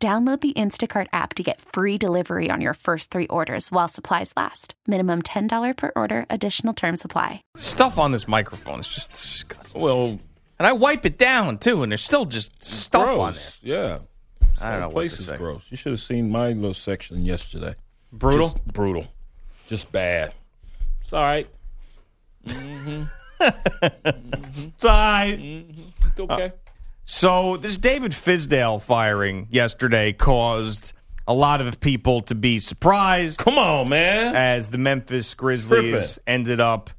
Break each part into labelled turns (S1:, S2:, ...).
S1: Download the Instacart app to get free delivery on your first three orders while supplies last. Minimum $10 per order, additional term supply.
S2: Stuff on this microphone is just disgusting. Well, and I wipe it down too, and there's still just stuff
S3: gross.
S2: on it.
S3: Yeah.
S2: I don't know what
S3: place
S2: to
S3: is
S2: say.
S3: gross. You should have seen my little section yesterday.
S2: Brutal.
S3: Just brutal. Just bad. It's all right.
S4: Sigh.
S2: Uh,
S3: It's okay.
S4: Mm. So this David Fizdale firing yesterday caused a lot of people to be surprised
S3: Come on, man.
S4: as the Memphis
S3: Flip
S4: Grizzlies
S3: it.
S4: ended up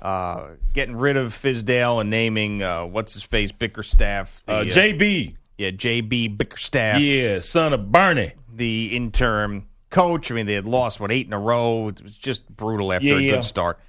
S4: uh, getting rid of Fizdale and naming uh, what's his face Bickerstaff, the,
S3: Uh, JB.
S4: yeah JB Bickerstaff,
S3: Yeah, son of Bernie.
S4: the interim coach. I mean, they had lost what eight in a row. It was just brutal after
S3: Yeah,
S4: a
S3: yeah.
S4: good start.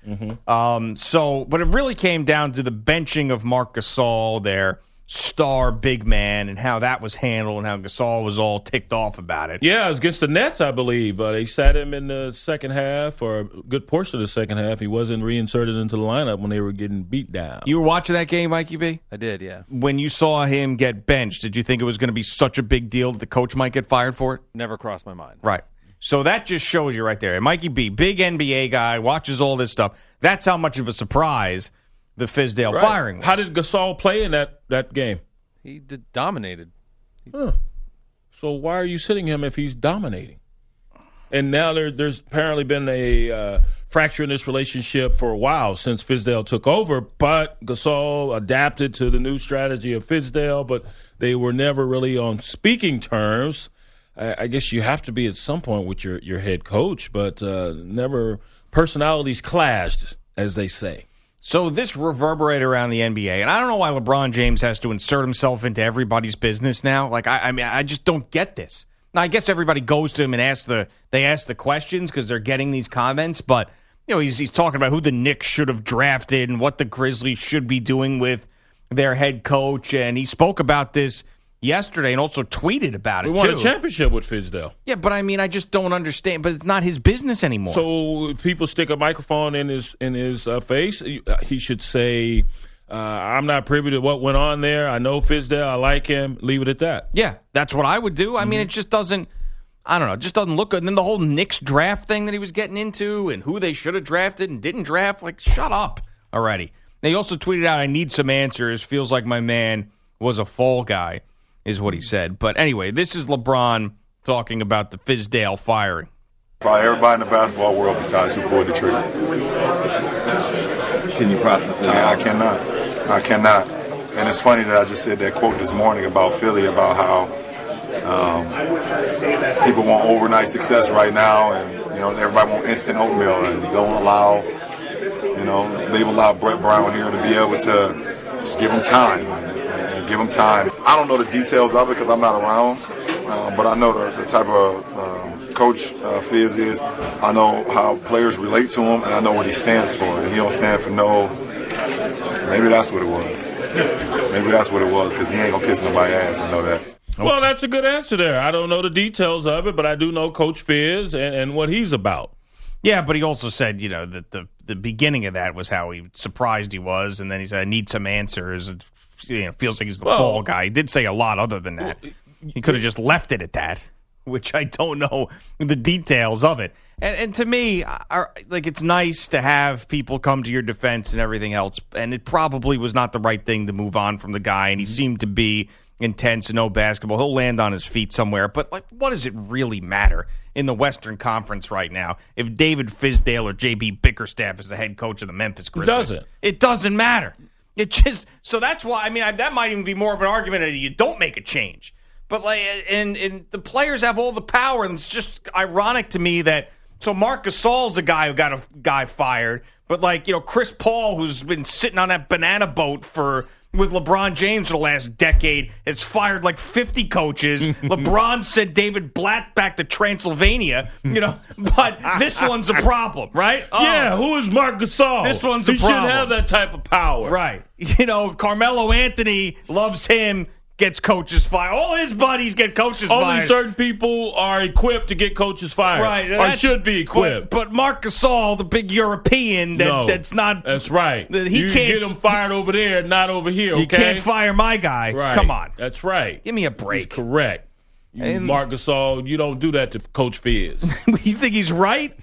S4: Um, so, but it really came down to the benching of Marc Gasol, their star big man, and how that was handled, and how Gasol was all ticked off about it.
S3: Yeah, it was against the Nets, I believe. Uh, they sat him in the second half or a good portion of the second half. He wasn't reinserted into the lineup when they were getting beat down.
S4: You were watching that game, Mikey B.
S5: I did, yeah.
S4: When you saw him get benched, did you think it was going to be such a big deal that the coach might get fired for it?
S5: Never crossed my mind.
S4: Right. So that just shows you right there. And Mikey B, big NBA guy, watches all this stuff. That's how much of a surprise the Fizdale
S3: Right.
S4: firing was.
S3: How did Gasol play in that, that game?
S5: He did, dominated.
S3: So why are you sitting him if he's dominating? And now there, there's apparently been a uh, fracture in this relationship for a while since Fizdale took over, but Gasol adapted to the new strategy of Fizdale, but they were never really on speaking terms. I, I guess you have to be at some point with your, your head coach, but uh, never personalities clashed, as they say.
S4: So this reverberated around the NBA, and I don't know why LeBron James has to insert himself into everybody's business now. Like I, I mean, I just don't get this. Now I guess everybody goes to him and asks the they ask the questions because they're getting these comments, but you know he's he's talking about who the Knicks should have drafted and what the Grizzlies should be doing with their head coach, and he spoke about this yesterday and also tweeted about it
S3: We won
S4: too.
S3: a championship with Fizdale.
S4: Yeah, but I mean, I just don't understand. But it's not his business anymore.
S3: So if people stick a microphone in his in his uh, face. you- uh, He should say, uh, "I'm not privy to what went on there. I know Fizdale. I like him. Leave it at that."
S4: Yeah, that's what I would do. I mean, it just doesn't. I don't know. It just doesn't look good. And then the whole Knicks draft thing that he was getting into, and who they should have drafted and didn't draft. Like, shut up already. They also tweeted out, "I need some answers." Feels like my man was a fall guy, is what he said. But anyway, this is LeBron talking about the Fizdale firing.
S6: Probably everybody in the basketball world besides who pulled the trigger.
S7: Can you process it?
S6: I, I cannot. I cannot. And it's funny that I just said that quote this morning about Philly about how um, people want overnight success right now, and you know everybody want instant oatmeal, and don't allow, you know, they've allowed Brett Brown here to be able to just give him time and give him time. I don't know the details of it because I'm not around, uh, but I know the, the type of um, coach uh, Fizz is. I know how players relate to him, and I know what he stands for. And he don't stand for no. Maybe that's what it was. Maybe that's what it was because he ain't gonna kiss nobody's ass. I know that.
S3: Well, that's a good answer there. I don't know the details of it, but I do know Coach Fizz and, and what he's about.
S4: Yeah, but he also said, you know, that the the beginning of that was how he surprised he was, and then he said, "I need some answers." It you know, feels like he's the
S3: Well-
S4: fall guy. He did say a lot other than that. He could have just left it at that, which I don't know the details of it. And, and to me, I- I- like it's nice to have people come to your defense and everything else. And it probably was not the right thing to move on from the guy. And he seemed to be intense and no basketball. He'll land on his feet somewhere. But like, what does it really matter in the Western Conference right now if David Fizdale or JB Bickerstaff is the head coach of the Memphis Grizzlies?
S3: doesn't.
S4: It doesn't matter. It just so that's why I mean I, that might even be more of an argument that you don't make a change. But like and and the players have all the power, and it's just ironic to me that so Marc Gasol's a guy who got a guy fired, but like you know Chris Paul who's been sitting on that banana boat for with LeBron James for the last decade. It's fired like 50 coaches. LeBron sent David Blatt back to Transylvania, you know, but this one's a problem, right? Oh,
S3: yeah, who is Mark Gasol?
S4: This one's a
S3: he
S4: problem.
S3: shouldn't have that type of power.
S4: Right. You know, Carmelo Anthony loves him, gets coaches fired. All his buddies get coaches
S3: Only
S4: fired.
S3: certain people are equipped to get coaches fired.
S4: Right,
S3: Or
S4: that's-
S3: should be
S4: But,
S3: equipped.
S4: but Marc Gasol, the big European, that,
S3: no,
S4: that's not.
S3: That's right.
S4: that he
S3: you
S4: can't-
S3: get them fired over there, not over here. Okay.
S4: You can't fire my guy.
S3: Right.
S4: Come on,
S3: That's right.
S4: give me a break.
S3: Correct. You,
S4: And-
S3: Mark Gasol, you don't do that to Coach Fizz.
S4: you think he's right?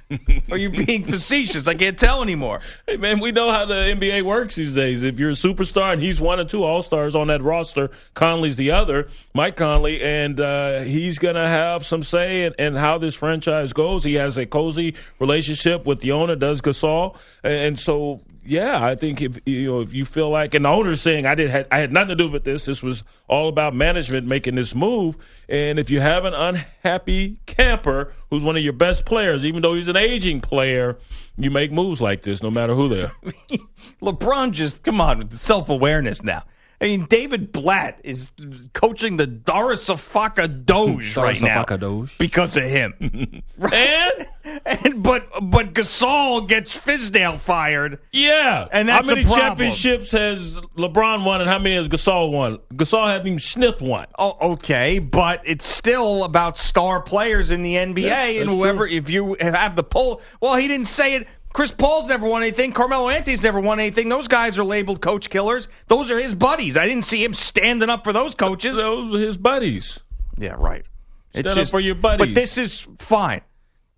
S4: Are you being facetious? I can't tell anymore.
S3: Hey man, we know how the NBA works these days. If you're a superstar and he's one or two All Stars on that roster, Conley's the other, Mike Conley, and uh, he's gonna have some say in, in how this franchise goes. He has a cozy relationship with the owner, does Gasol, and, and so yeah, I think if you know if you feel like an owner saying I did had I had nothing to do with this, this was all about management making this move, and if you have an unhappy camper who's one of your best players, even though he's an aging player. You make moves like this no matter who they are.
S4: LeBron just come on with self awareness now. I mean, David Blatt is coaching the Darisafaka Doge right now
S5: Darisavaka Doge.
S4: because of him.
S3: And
S4: and but but Gasol gets Fizdale fired.
S3: yeah.
S4: And that's
S3: how many
S4: a problem.
S3: championships has LeBron won and how many has Gasol won? Gasol hasn't even sniffed one.
S4: Oh, okay, but it's still about star players in the NBA
S3: Yeah, that's
S4: and whoever.
S3: true.
S4: If you have the poll, well, he didn't say it. Chris Paul's never won anything. Carmelo Anthony's never won anything. Those guys are labeled coach killers. Those are his buddies. I didn't see him standing up for those coaches.
S3: Those are his buddies.
S4: Yeah, right. It's
S3: up for your buddies.
S4: But this is fine.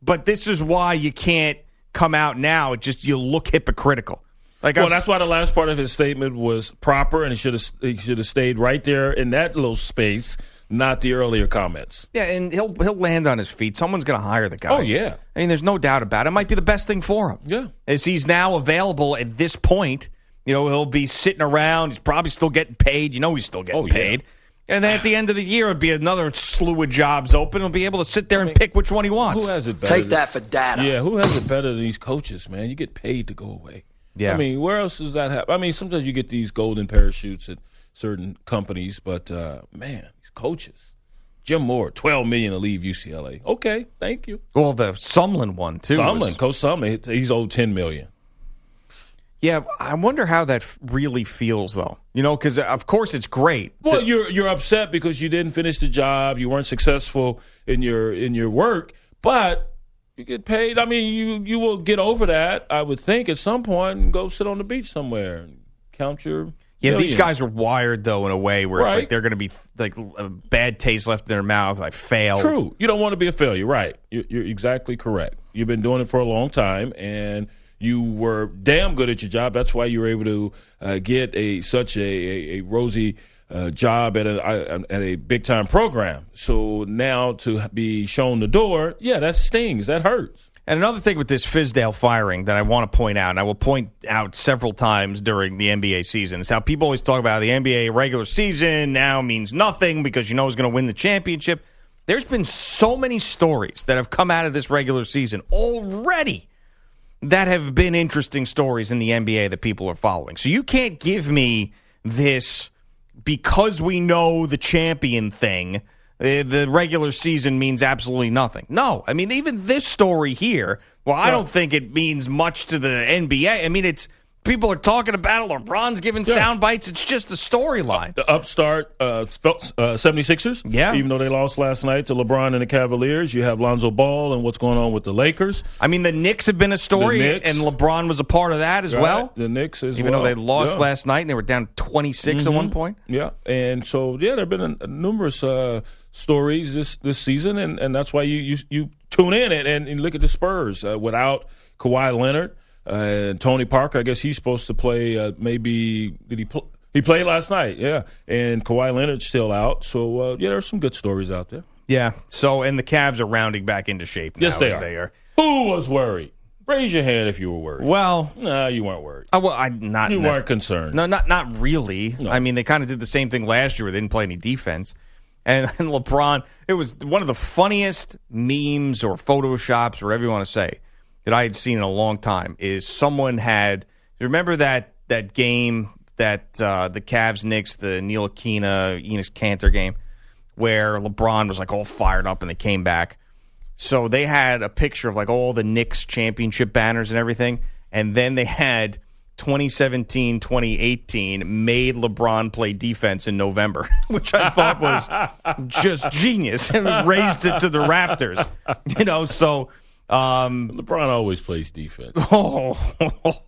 S4: But this is why you can't come out now. It just you look hypocritical. Like
S3: Well,
S4: I've-
S3: that's why the last part of his statement was proper and he should have he should have stayed right there in that little space, not the earlier comments.
S4: Yeah, and he'll he'll land on his feet. Someone's going to hire the guy.
S3: Oh, yeah.
S4: I mean, there's no doubt about it. It might be the best thing for him.
S3: Yeah.
S4: as he's now available at this point. You know, he'll be sitting around. He's probably still getting paid. You know, he's still getting
S3: Oh, yeah.
S4: paid. And then at the end of the year, it'll be another slew of jobs open. He'll be able to sit there and pick which one he wants.
S3: Who has it better?
S7: Take
S3: than-
S7: that for data.
S3: Yeah, who has it better than these coaches, man? You get paid to go away.
S4: Yeah.
S3: I mean, where else does that happen? I mean, sometimes you get these golden parachutes at certain companies, but uh, man, these coaches. Jim Moore, twelve million to leave UCLA. Okay, thank you.
S4: well, the Sumlin one too. was-
S3: Sumlin, Coach Sumlin, he's owed ten million.
S4: Yeah, I wonder how that f- really feels though. You know, because of course it's great.
S3: Well, you're you're upset because you didn't finish the job, you weren't successful in your in your work, but you get paid. I mean, you you will get over that, I would think, at some point, and go sit on the beach somewhere and count your.
S4: Yeah, these
S3: millions.
S4: guys are wired though in a way where it's like
S3: Right.
S4: they're going to be like a bad taste left in their mouth. I failed.
S3: True. You don't want to be a failure, right? You're, you're exactly correct. You've been doing it for a long time, and you were damn good at your job. That's why you were able to uh, get a such a, a, a rosy uh, job at a uh, at a big time program. So now to be shown the door, yeah, that stings. That hurts.
S4: And another thing with this Fizdale firing that I want to point out, and I will point out several times during the NBA season, is how people always talk about the NBA regular season now means nothing because you know who's going to win the championship. There's been so many stories that have come out of this regular season already that have been interesting stories in the NBA that people are following. So you can't give me this because we know the champion thing, uh, the regular season means absolutely nothing. No, I mean, even this story here, well, I don't think it means much to the NBA. I mean, it's people are talking about it. LeBron's giving sound bites. It's just a storyline.
S3: The upstart uh, Fel- uh, 76ers,
S4: Yeah.
S3: even though they lost last night to LeBron and the Cavaliers, you have Lonzo Ball and what's going on with the Lakers.
S4: I mean, the Knicks have been a story,
S3: Knicks.
S4: and LeBron was a part of that as well.
S3: the Knicks as
S4: Even
S3: well.
S4: though they lost
S3: Yeah. Mm-hmm.
S4: last night and they were down 26 at one point.
S3: Yeah, and so yeah, there've been a, numerous uh, stories this this season, and, and that's why you, you you tune in and, and, and look at the Spurs uh, without Kawhi Leonard uh, and Tony Parker. I guess he's supposed to play. Uh, maybe did he pl- he played last night? Yeah, and Kawhi Leonard's still out. So uh, yeah, there's some good stories out there.
S4: Yeah. So, and the Cavs are rounding back into shape now.
S3: Yes, they
S4: as
S3: are. Who was worried? Raise your hand if you were worried.
S4: Well,
S3: Nah, you weren't worried.
S4: I, well, I not
S3: You
S4: ne-
S3: weren't concerned.
S4: No, not not really. I mean, they kind of did the same thing last year. Where they didn't play any defense, and, and LeBron. It was one of the funniest memes or photoshops or whatever you want to say that I had seen in a long time. Is someone had you remember that that game that uh, the Cavs Knicks, the Neil Aquina, Enos Cantor game, where LeBron was like all fired up and they came back. So they had a picture of like all the Knicks championship banners and everything. And then they had 2017, 2018 made LeBron play defense in November, which I thought was just genius and raised it to the rafters. You know, so. Um,
S3: LeBron always plays defense.
S4: oh,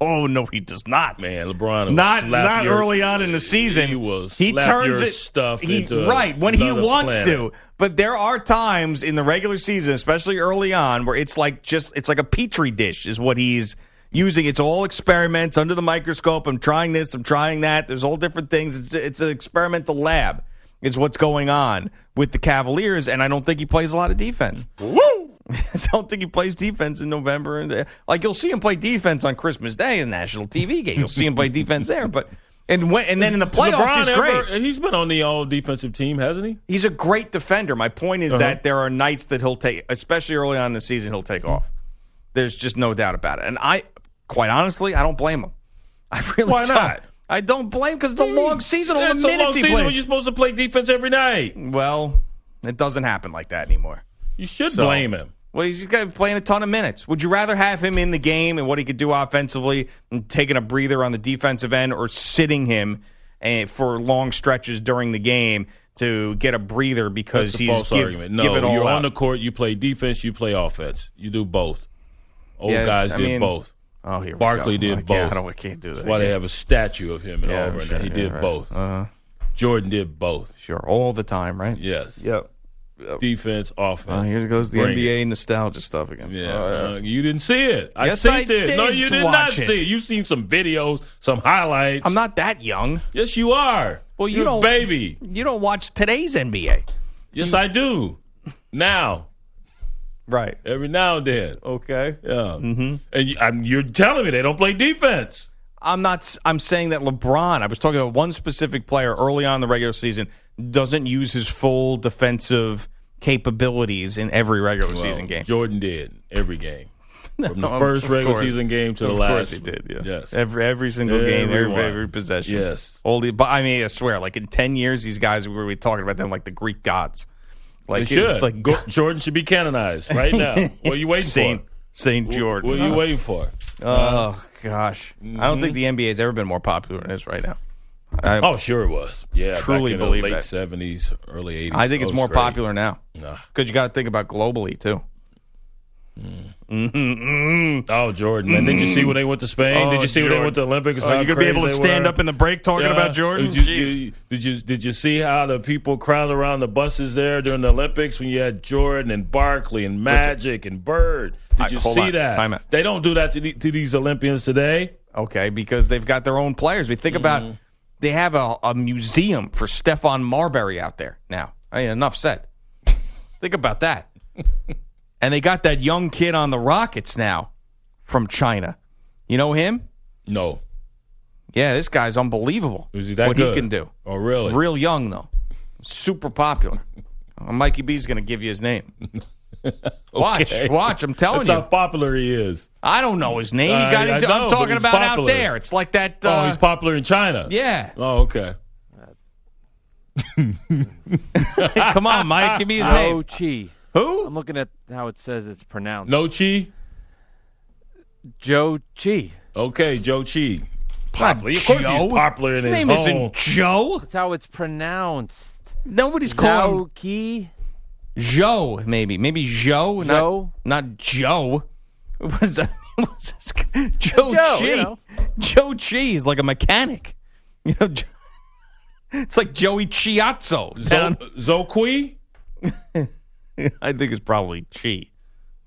S4: oh, no, he does not,
S3: Man, LeBron will
S4: not
S3: slap
S4: not
S3: your-
S4: early on in the season.
S3: He will slap your stuff
S4: he-
S3: into
S4: right when he
S3: another
S4: wants
S3: planet.
S4: to. But there are times in the regular season, especially early on, where it's like just it's like a petri dish is what he's using. It's all experiments under the microscope. I'm trying this. I'm trying that. There's all different things. It's it's an experimental lab. Is what's going on with the Cavaliers, and I don't think he plays a lot of defense. I don't think he plays defense in November. And uh, like you'll see him play defense on Christmas Day in national TV game. You'll see him play defense there, but and when, and then in the playoffs,
S3: LeBron
S4: he's great.
S3: ever- he's been on the all defensive team, hasn't he?
S4: he's a great defender. My point
S3: Uh-huh.
S4: is that there are nights that he'll take, especially early on in the season, he'll take off. There's just no doubt about it. And I, quite honestly, I don't blame him. I really
S3: Why
S4: don't.
S3: not?
S4: I don't blame because it's a long season. All the
S3: That's a long
S4: minutes he
S3: season when
S4: plays.
S3: you're supposed to play defense every night.
S4: well, it doesn't happen like that anymore.
S3: You should
S4: So-
S3: blame him.
S4: Well, he's got playing a ton of minutes. Would you rather have him in the game and what he could do offensively and taking a breather on the defensive end or sitting him eh, for long stretches during the game to get a breather because
S3: That's a
S4: he's
S3: false
S4: give,
S3: argument. No,
S4: give it all
S3: you're
S4: up?
S3: on the court. You play defense. You play offense. You do both. Old
S4: Yeah,
S3: guys
S4: I
S3: did
S4: mean-
S3: both.
S4: Oh, here we
S3: Barkley
S4: go.
S3: did
S4: I
S3: both.
S4: can't- I don't- I can't do that.
S3: That's why they have a statue of him in
S4: Yeah,
S3: Auburn.
S4: sure,
S3: and he
S4: yeah,
S3: did
S4: right. Uh-huh.
S3: both. Jordan did both.
S4: Sure, all the time, right?
S3: Yes.
S4: Yep.
S3: Defense, offense.
S4: Uh, here goes the
S3: Bring it.
S4: NBA nostalgia stuff again.
S3: Yeah,
S4: Oh,
S3: uh, you didn't see it. I
S4: Yes,
S3: seen
S4: I
S3: this. No,
S4: did
S3: you did not
S4: watch
S3: see
S4: it.
S3: it. You seen some videos, some highlights.
S4: I'm not that young.
S3: yes, you are.
S4: Well, you
S3: You're a
S4: don't-
S3: baby.
S4: You don't watch today's NBA,
S3: Yes, I do. Now,
S4: right?
S3: every now and then.
S4: Okay.
S3: Yeah. Mm-hmm. And you, I'm, you're telling me they don't play defense.
S4: I'm not. s- I'm saying that LeBron. I was talking about one specific player early on in the regular season doesn't use his full defensive capabilities in every regular season
S3: Well,
S4: game.
S3: Jordan did every game. From the
S4: No,
S3: first
S4: of
S3: regular
S4: course.
S3: season game to the
S4: of
S3: last.
S4: course he did. Yeah.
S3: Yes.
S4: Every every single game, every,
S3: Everyone.
S4: every possession.
S3: Yes.
S4: All the. But I mean, I swear, like in ten years, these guys we were talking about them like the Greek gods.
S3: they
S4: Like it-
S3: should.
S4: Like
S3: Go- Jordan should be canonized right now. what are you waiting
S4: Saint
S3: for?
S4: Saint Jordan.
S3: What are you waiting for? Mm-hmm.
S4: Oh gosh, I don't think the NBA has ever been more popular than it is right now. I,
S3: Oh, sure it was. Yeah, back
S4: Truly
S3: in the
S4: believe
S3: late
S4: that.
S3: 70s, early 80s.
S4: I think it's
S3: Oh,
S4: more
S3: great.
S4: popular now.
S3: Nah.
S4: Because you got to think about globally too.
S3: Oh, Jordan, man. Did you see when they went to Spain? did
S4: Oh,
S3: you see when they went to
S4: Jordan.
S3: Olympics?
S4: Oh,
S3: How
S4: you're gonna be
S3: crazy
S4: able to
S3: they
S4: stand
S3: were?
S4: up in the break talking
S3: Yeah.
S4: about Jordan.
S3: Did you,
S4: Jeez.
S3: you- did you did you see how the people crowded around the buses there during the Olympics when you had Jordan and Barkley and Magic and Bird? Did
S4: I-
S3: you
S4: hold
S3: see
S4: on.
S3: that?
S4: Time out.
S3: They don't do that to, the, to these Olympians today.
S4: okay, because they've got their own players. We think
S3: Mm-hmm.
S4: about they have a, a museum for Stefan Marbury out there now. I mean, enough said. think about that. and they got that young kid on the Rockets now from China. You know him?
S3: No,
S4: Yeah, this guy's unbelievable.
S3: is he that
S4: what
S3: good?
S4: he can do.
S3: Oh, really?
S4: Real young though, super popular. Uh, Mikey B's going to give you his name. Watch,
S3: Okay.
S4: watch. I'm telling
S3: That's
S4: you. Uh,
S3: how popular he is.
S4: I don't know his name.
S3: I-
S4: He got
S3: I
S4: into,
S3: know,
S4: I'm
S3: but
S4: talking
S3: he's
S4: about out
S3: popular.
S4: there. It's like that.
S3: Oh,
S4: Uh,
S3: he's popular in China.
S4: yeah.
S3: Oh, okay.
S4: Come on, Mike. Give me his name.
S5: Ochi.
S4: Who?
S5: I'm looking at how it says it's pronounced.
S3: Nochi.
S5: Joe Chi.
S3: Okay, Joe Chi.
S4: Popular.
S3: Of course, he's popular in his,
S4: His name
S3: home.
S4: isn't Joe.
S5: That's how it's pronounced.
S4: Nobody's calling him
S5: Zhao Qi.
S4: Joe. Maybe, maybe Joe. not-
S5: Joe?
S4: Not, Joe. What Was that? what was this guy? Joe,
S5: Joe,
S4: Chi.
S5: you know.
S4: Joe Chi is like a mechanic. You know, Jo- it's like Joey Chiazzo. down-
S3: Zo- Zokui?
S4: I think it's probably Chi,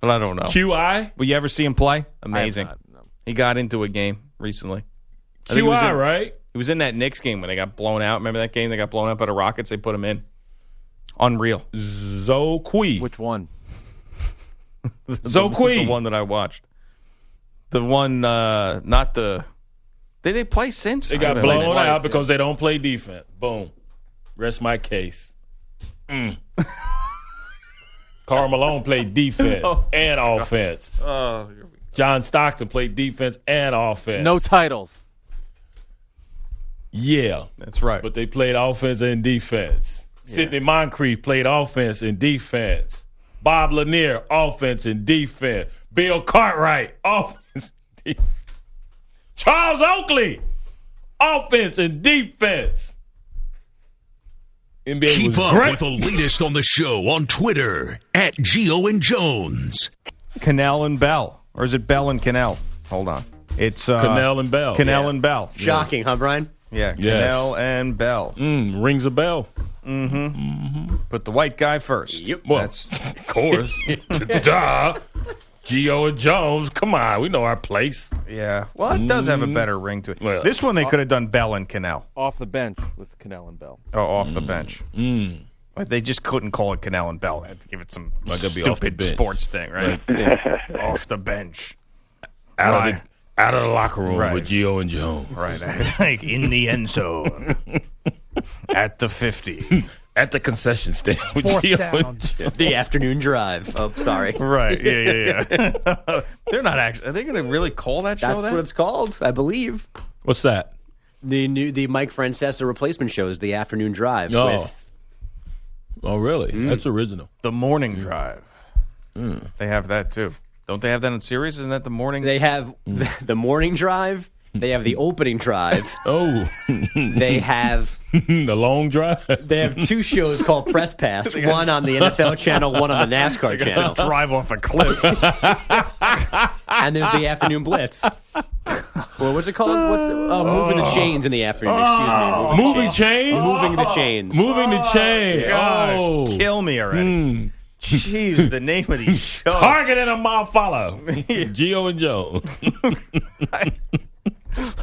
S4: but I don't know.
S3: QI?
S4: Will you ever see him play? Amazing.
S5: not, no.
S4: He got into a game recently. I think he was
S3: QI,
S4: in-
S3: right?
S4: He was in that Knicks game when they got blown out. Remember that game? They got blown up by the Rockets. They put him in. Unreal.
S3: Zokui.
S5: Which one?
S4: The
S3: Zokui.
S4: one that I watched. The one, uh, not the. Did they play since?
S3: They got
S4: I don't know.
S3: blown out because they don't play defense. Boom. Rest my case. Mm. Carl Malone played defense
S4: Oh,
S3: and offense. John Stockton played defense and offense.
S5: No titles.
S3: Yeah,
S4: That's right.
S3: but they played offense and defense. Sidney Moncrief played offense and defense. Bob Lanier, offense and defense. Bill Cartwright, offense and defense. Charles Oakley, offense and defense. NBA
S7: Keep
S3: was
S7: up
S3: great.
S7: with the latest on the show on Twitter at Geo and Jones.
S4: Cannell and Bell, or is it Bell and Cannell? Hold on, it's uh,
S3: Cannell and Bell.
S4: Cannell and Bell.
S8: Shocking, huh, Brian?
S4: Yeah,
S3: Yes.
S4: Cannell and Bell.
S3: Mm, rings a bell.
S4: Put the white guy first. Yep.
S3: Well,
S4: That's
S3: of course. Duh. Geo and Jones, come on, we know our place.
S4: yeah. Well, it does have a better ring to it.
S3: Mm. Well- uh,
S4: this one they could have done Bell and Cannell
S5: Off the bench with Cannell and Bell.
S4: oh, off the bench. But they just couldn't call it Cannell and Bell. They had to give it some
S3: gotta be off the
S4: stupid
S3: bench.
S4: sports thing, right? off the bench.
S3: Out
S4: Why?
S3: of the out of the locker room
S4: Right.
S3: with Geo and Jones.
S4: Right. like in the end zone. At the 50.
S3: at the concession stand with Gio and Joe.
S8: The afternoon drive. Oh, sorry.
S4: Right. Yeah, yeah, yeah. They're not actually. Are they going to really call that show
S8: That's
S4: that?
S8: what it's called, I believe.
S3: What's that?
S8: The new, the Mike Francesa replacement show is the afternoon drive.
S3: Oh.
S8: with-
S3: Oh, really? That's original.
S4: the morning drive. They have that too. Don't they have that on series? Isn't that the morning?
S8: they have the,
S4: Mm.
S8: the morning drive. They have the opening drive.
S3: Oh,
S8: they have
S3: the long drive.
S8: they have two shows called Press Pass. One on the NFL channel, one on the NASCAR channel,
S4: drive off a cliff.
S8: and there's the afternoon blitz. Well, what's it called? What's the, oh, moving the chains in the afternoon.
S4: Oh.
S8: Excuse me.
S3: Moving chains.
S8: Moving the chains.
S3: Moving the chain.
S4: God,
S3: Oh,
S4: kill me already. Jeez, the name of these shows.
S3: targeting a mob follow. Geo and Joe.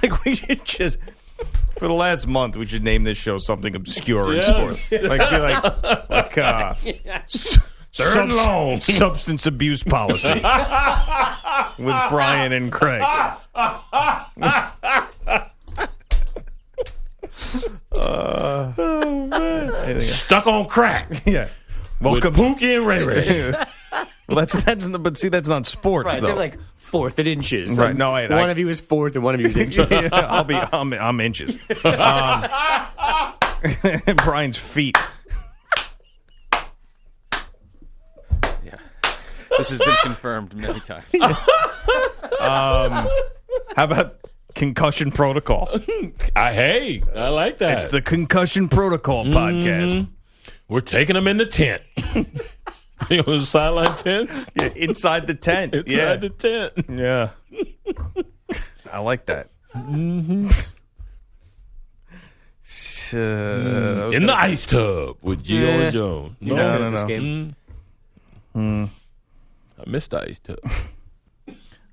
S4: Like we should just for the last month we should name this show something obscure
S3: Yes.
S4: in sports. Like be like like uh s-
S3: Third and long.
S4: substance abuse policy with Brian and Craig.
S3: Stuck on crack.
S4: Yeah. Welcome.
S3: With Pookie and Ray Ray.
S4: Well, that's that's but see that's not sports
S8: Right,
S4: though.
S8: they're like fourth at inches.
S4: Right,
S8: And
S4: no, I-
S8: one
S4: I-
S8: of you is fourth and one of you is inches.
S4: Yeah, I'll be. I'm, I'm inches. Um, Brian's feet.
S5: This has been confirmed many times.
S4: How about concussion protocol?
S3: I, hey, I like that.
S4: It's the concussion protocol podcast.
S3: We're taking them in the tent. it was sideline tent.
S4: Yeah, inside the tent.
S3: Inside
S4: yeah.
S3: the tent.
S4: yeah. I like that.
S3: Mm-hmm.
S4: So, I was
S3: In
S4: gonna-
S3: the ice tub with Geo and Joe. No,
S4: No, no,
S8: At this
S4: no.
S8: game.
S3: I missed the ice tub.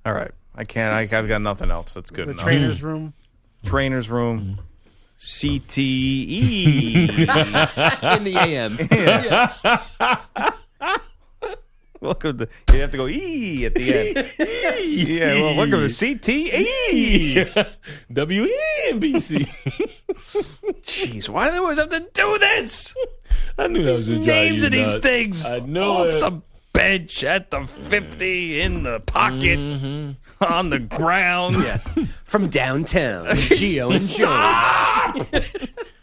S4: All right. I can't. I, I've got nothing else. That's good
S9: The
S4: enough.
S9: trainer's room.
S4: Trainer's
S3: Mm.
S4: room. E. CTE.
S8: in the AM.
S4: Welcome to. You have to go e at the end. yeah. Well, welcome to
S3: E.
S4: E. CTE.
S3: WNBC.
S4: Jeez, why do they always have to do this?
S3: I knew that was gonna drive
S4: Names
S3: you
S4: of these
S3: nuts.
S4: things.
S3: I know
S4: Off
S3: it.
S4: the bench, at the fifty, in the pocket,
S3: Mm-hmm.
S4: on the ground.
S8: From downtown, Geo and Joe.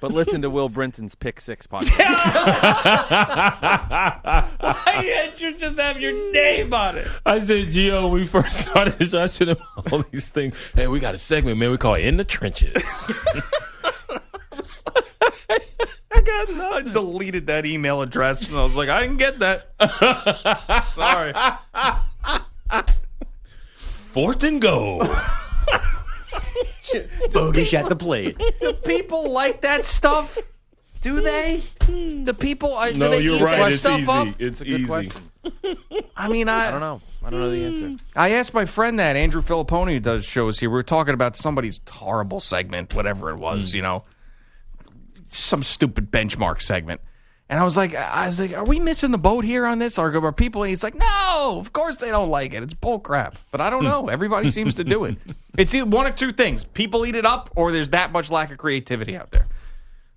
S5: But listen to Will Brinton's Pick Six podcast.
S4: Why did you just have your name on it?
S3: I said, Gio, when we first started this, I sent him all these things. Hey, we got a segment, man. We call it In the Trenches.
S4: I got no. I deleted that email address, and I was like, I didn't get that. Sorry.
S3: Fourth and goal.
S8: Bogus at the plate. Uh,
S5: people like that stuff? Do they? The people uh, are,
S3: Hmm. No, you're right. It's easy. It's,
S5: a good
S3: easy.
S5: question.
S4: I mean,
S5: I don't know. I don't know the answer.
S4: I asked my friend that Andrew Filippone who does shows here. We were talking about somebody's horrible segment, whatever it was, you know, some stupid benchmark segment. And I was like, I was like, are we missing the boat here on this? Are, are people? And he's like, no, of course they don't like it. It's bull crap. But I don't know. Everybody seems to do it. It's either one or two things: people eat it up, or there's that much lack of creativity out there.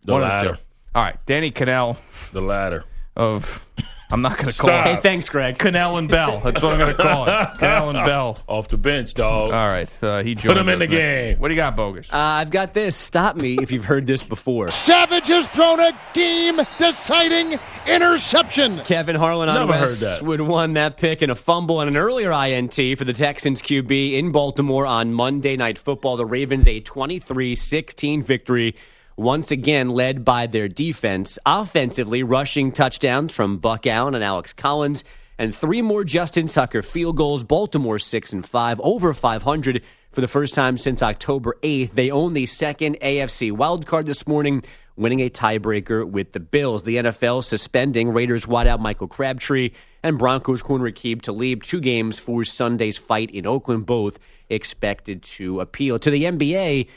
S3: The
S4: one of the
S3: latter.
S4: two. All right, Danny Cannell
S3: The latter.
S4: of
S2: I'm not going to call
S3: Stop.
S2: it.
S8: Hey, thanks, Greg.
S4: Canal and Bell.
S2: That's what I'm going to call it. Gallon Bell.
S3: Off the bench, dog.
S2: All right. Uh, he joins
S3: him in
S2: us
S3: the
S2: next.
S3: game.
S2: What do you got, Bogus?
S8: Uh, I've got this. Stop me if you've heard this before.
S9: Savage has thrown a game deciding interception.
S8: Kevin Harlan on
S3: Never heard
S8: West
S3: that.
S8: would won that pick in a fumble and an earlier INT for the Texans QB in Baltimore on Monday Night Football. The Ravens a 23-16 victory, once again led by their defense. Offensively, rushing touchdowns from Buck Allen and Alex Collins, and three more Justin Tucker field goals. Baltimore six and five, over 500 for the first time since October 8th. They own the second AFC wildcard this morning, winning a tiebreaker with the Bills. The NFL suspending Raiders wideout Michael Crabtree and Broncos corner Keeb Talib two games for Sunday's fight in Oakland, both expected to appeal. To the NBA,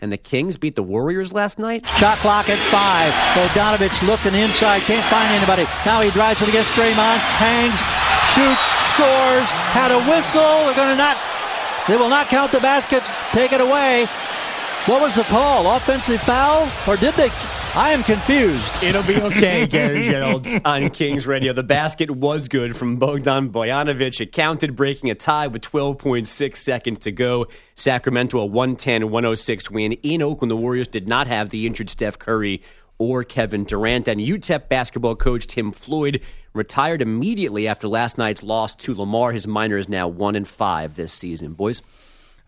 S8: and the Kings beat the Warriors last night?
S10: Shot clock at five. Bogdanovich looking inside, can't find anybody. Now he drives it against Draymond, hangs, shoots, scores, had a whistle. They're going to not, they will not count the basket, take it away. What was the call? Offensive foul? Or did they? I am confused.
S8: It'll be okay, Gary Reynolds on Kings Radio. The basket was good from Bogdan Bojanovic. It counted, breaking a tie with 12.6 seconds to go. Sacramento a 110-106 win in Oakland. The Warriors did not have the injured Steph Curry or Kevin Durant. And UTEP basketball coach Tim Floyd retired immediately after last night's loss to Lamar. His minor is now one and five this season, boys.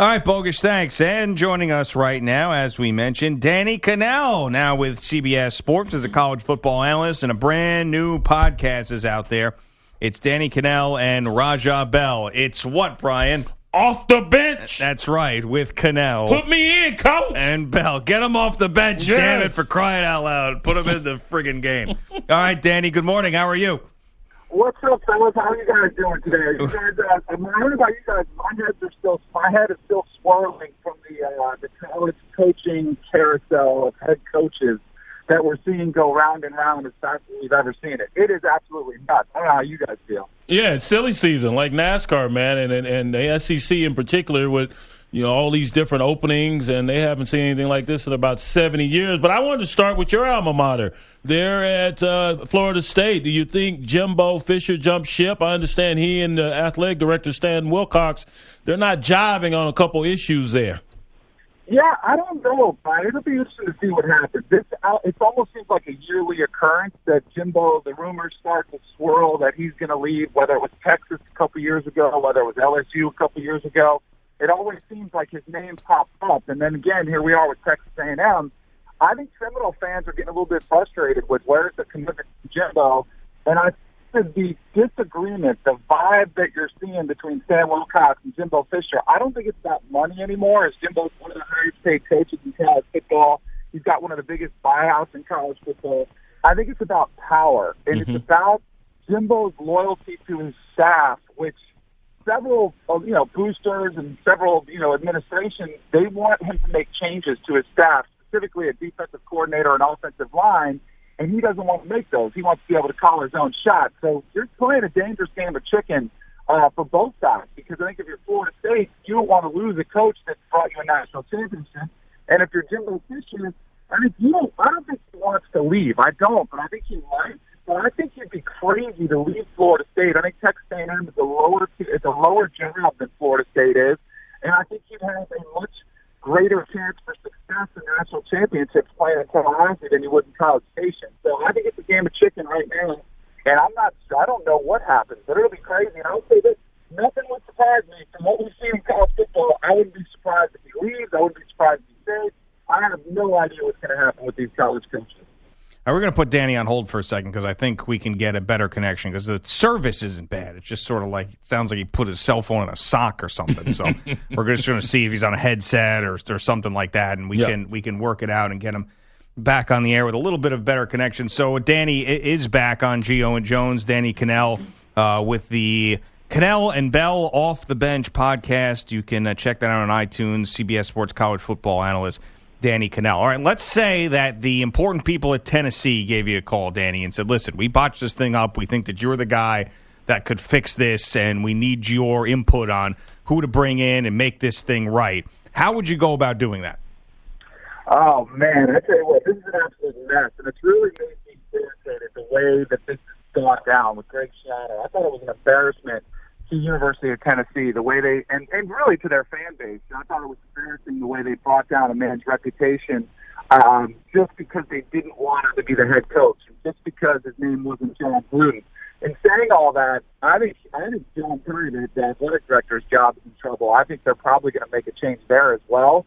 S4: All right, Bogus, thanks. And joining us right now, as we mentioned, Danny Cannell, now with CBS Sports as a college football analyst, and a brand new podcast is out there. It's Danny Cannell and Raja Bell. It's what, Brian?
S3: Off the bench.
S4: That's right, with Cannell
S3: Put me in, coach.
S4: and Bell. Get him off the bench,
S3: Yes.
S4: damn it, for crying out loud. Put him in the friggin' game. All right, Danny, good morning. How are you?
S9: What's up, fellas? How you guys doing today? You guys, uh, I'm heard about you guys. My heads are still, my head is still swirling from the uh, the college coaching carousel of head coaches that we're seeing go round and round as fast as we've ever seen it. It is absolutely nuts. I don't know how you guys feel.
S3: Yeah, it's silly season, like NASCAR, man, and, and and the SEC in particular with you know all these different openings, and they haven't seen anything like this in about seventy years. But I wanted to start with your alma mater. They're at uh, Florida State. Do you think Jimbo Fisher jumped ship? I understand he and the athletic director Stan Wilcox they're not jiving on a couple issues there.
S9: Yeah, I don't know, but it'll be interesting to see what happens. This uh, it almost seems like a yearly occurrence that Jimbo. The rumors start to swirl that he's going to leave. Whether it was Texas a couple years ago, whether it was LSU a couple years ago, it always seems like his name pops up. And then again, here we are with Texas A&M. I think Seminole fans are getting a little bit frustrated with where's the commitment to Jimbo, and I think the disagreement, the vibe that you're seeing between Stan Wilcox and Jimbo Fisher, I don't think it's about money anymore. As Jimbo's one of the highest paid coaches in college football, he's got one of the biggest buyouts in college football. I think it's about power, and it's about Jimbo's loyalty to his staff, which several uh, you know boosters and several you know administration they want him to make changes to his staff specifically a defensive coordinator and offensive line and he doesn't want to make those he wants to be able to call his own shot so you're playing a dangerous game of chicken uh, for both sides because I think if you're Florida State you don't want to lose a coach that brought you a national championship and if you're Jimbo Fisher I mean you don't I don't think he wants to leave I don't but I think he might well, I think you'd be crazy to leave Florida State. I think Texas A&M is a lower is a lower job than Florida State is, and I think you'd have a much greater chance for success in national championships playing in Tallahassee than you would in College Station. So I think it's a game of chicken right now, and I'm not I don't know what happens, but it'll be crazy. And I'll say this: nothing would surprise me from what we've seen in college football. I wouldn't be surprised if he leaves. I wouldn't be surprised if he stays. I have no idea what's going to happen with these college coaches.
S4: All right, we're going to put Danny on hold for a second because I think we can get a better connection because the service isn't bad. It's just sort of like it sounds like he put his cell phone in a sock or something. So we're just going to see if he's on a headset or, or something like that, and we
S3: Yeah.
S4: can we can work it out and get him back on the air with a little bit of better connection. So Danny i- is back on Geo and Jones. Danny Cannell uh, with the Cannell and Bell off the bench podcast. You can uh, check that out on iTunes. CBS Sports College Football Analyst. Danny Cannell. All right, let's say that the important people at Tennessee gave you a call, Danny, and said, listen, we botched this thing up. We think that you're the guy that could fix this, and we need your input on who to bring in and make this thing right. How would you go about doing that?
S9: Oh man, I tell you what, this is an absolute mess, and it's really made me irritated the way that this is got down with Greg Schiano. I thought it was an embarrassment to University of Tennessee the way they and, and really to their fan base. I thought it was embarrassing the way they brought down a man's reputation um, just because they didn't want him to be the head coach, just because his name wasn't John Gruden. And saying all that, I think I think John Curry, the the athletic director's job, is in trouble. I think they're probably going to make a change there as well,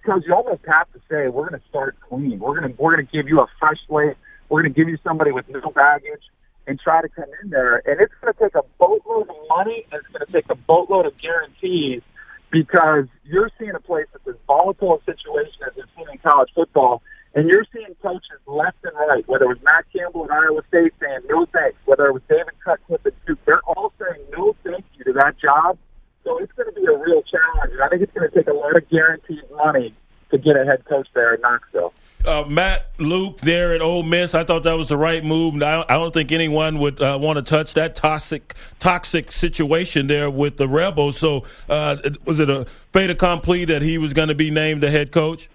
S9: because you almost have to say we're going to start clean. We're going to we're going to give you a fresh slate. We're going to give you somebody with no baggage and try to come in there. And it's going to take a boatload of money and it's going to take a boatload of guarantees because you're seeing a place that's as volatile a situation as we've seen in college football. And you're seeing coaches left and right, whether it was Matt Campbell at Iowa State saying no thanks, whether it was David Cutcliffe at Duke, they're all saying no thank you to that job. So it's going to be a real challenge. And I think it's going to take a lot of guaranteed money to get a head coach there in Knoxville.
S3: Uh, Matt Luke there at Ole Miss. I thought that was the right move. And I don't, I don't think anyone would uh, want to touch that toxic toxic situation there with the Rebels. So uh, it- was it a fait accompli that he was going to be named the head coach?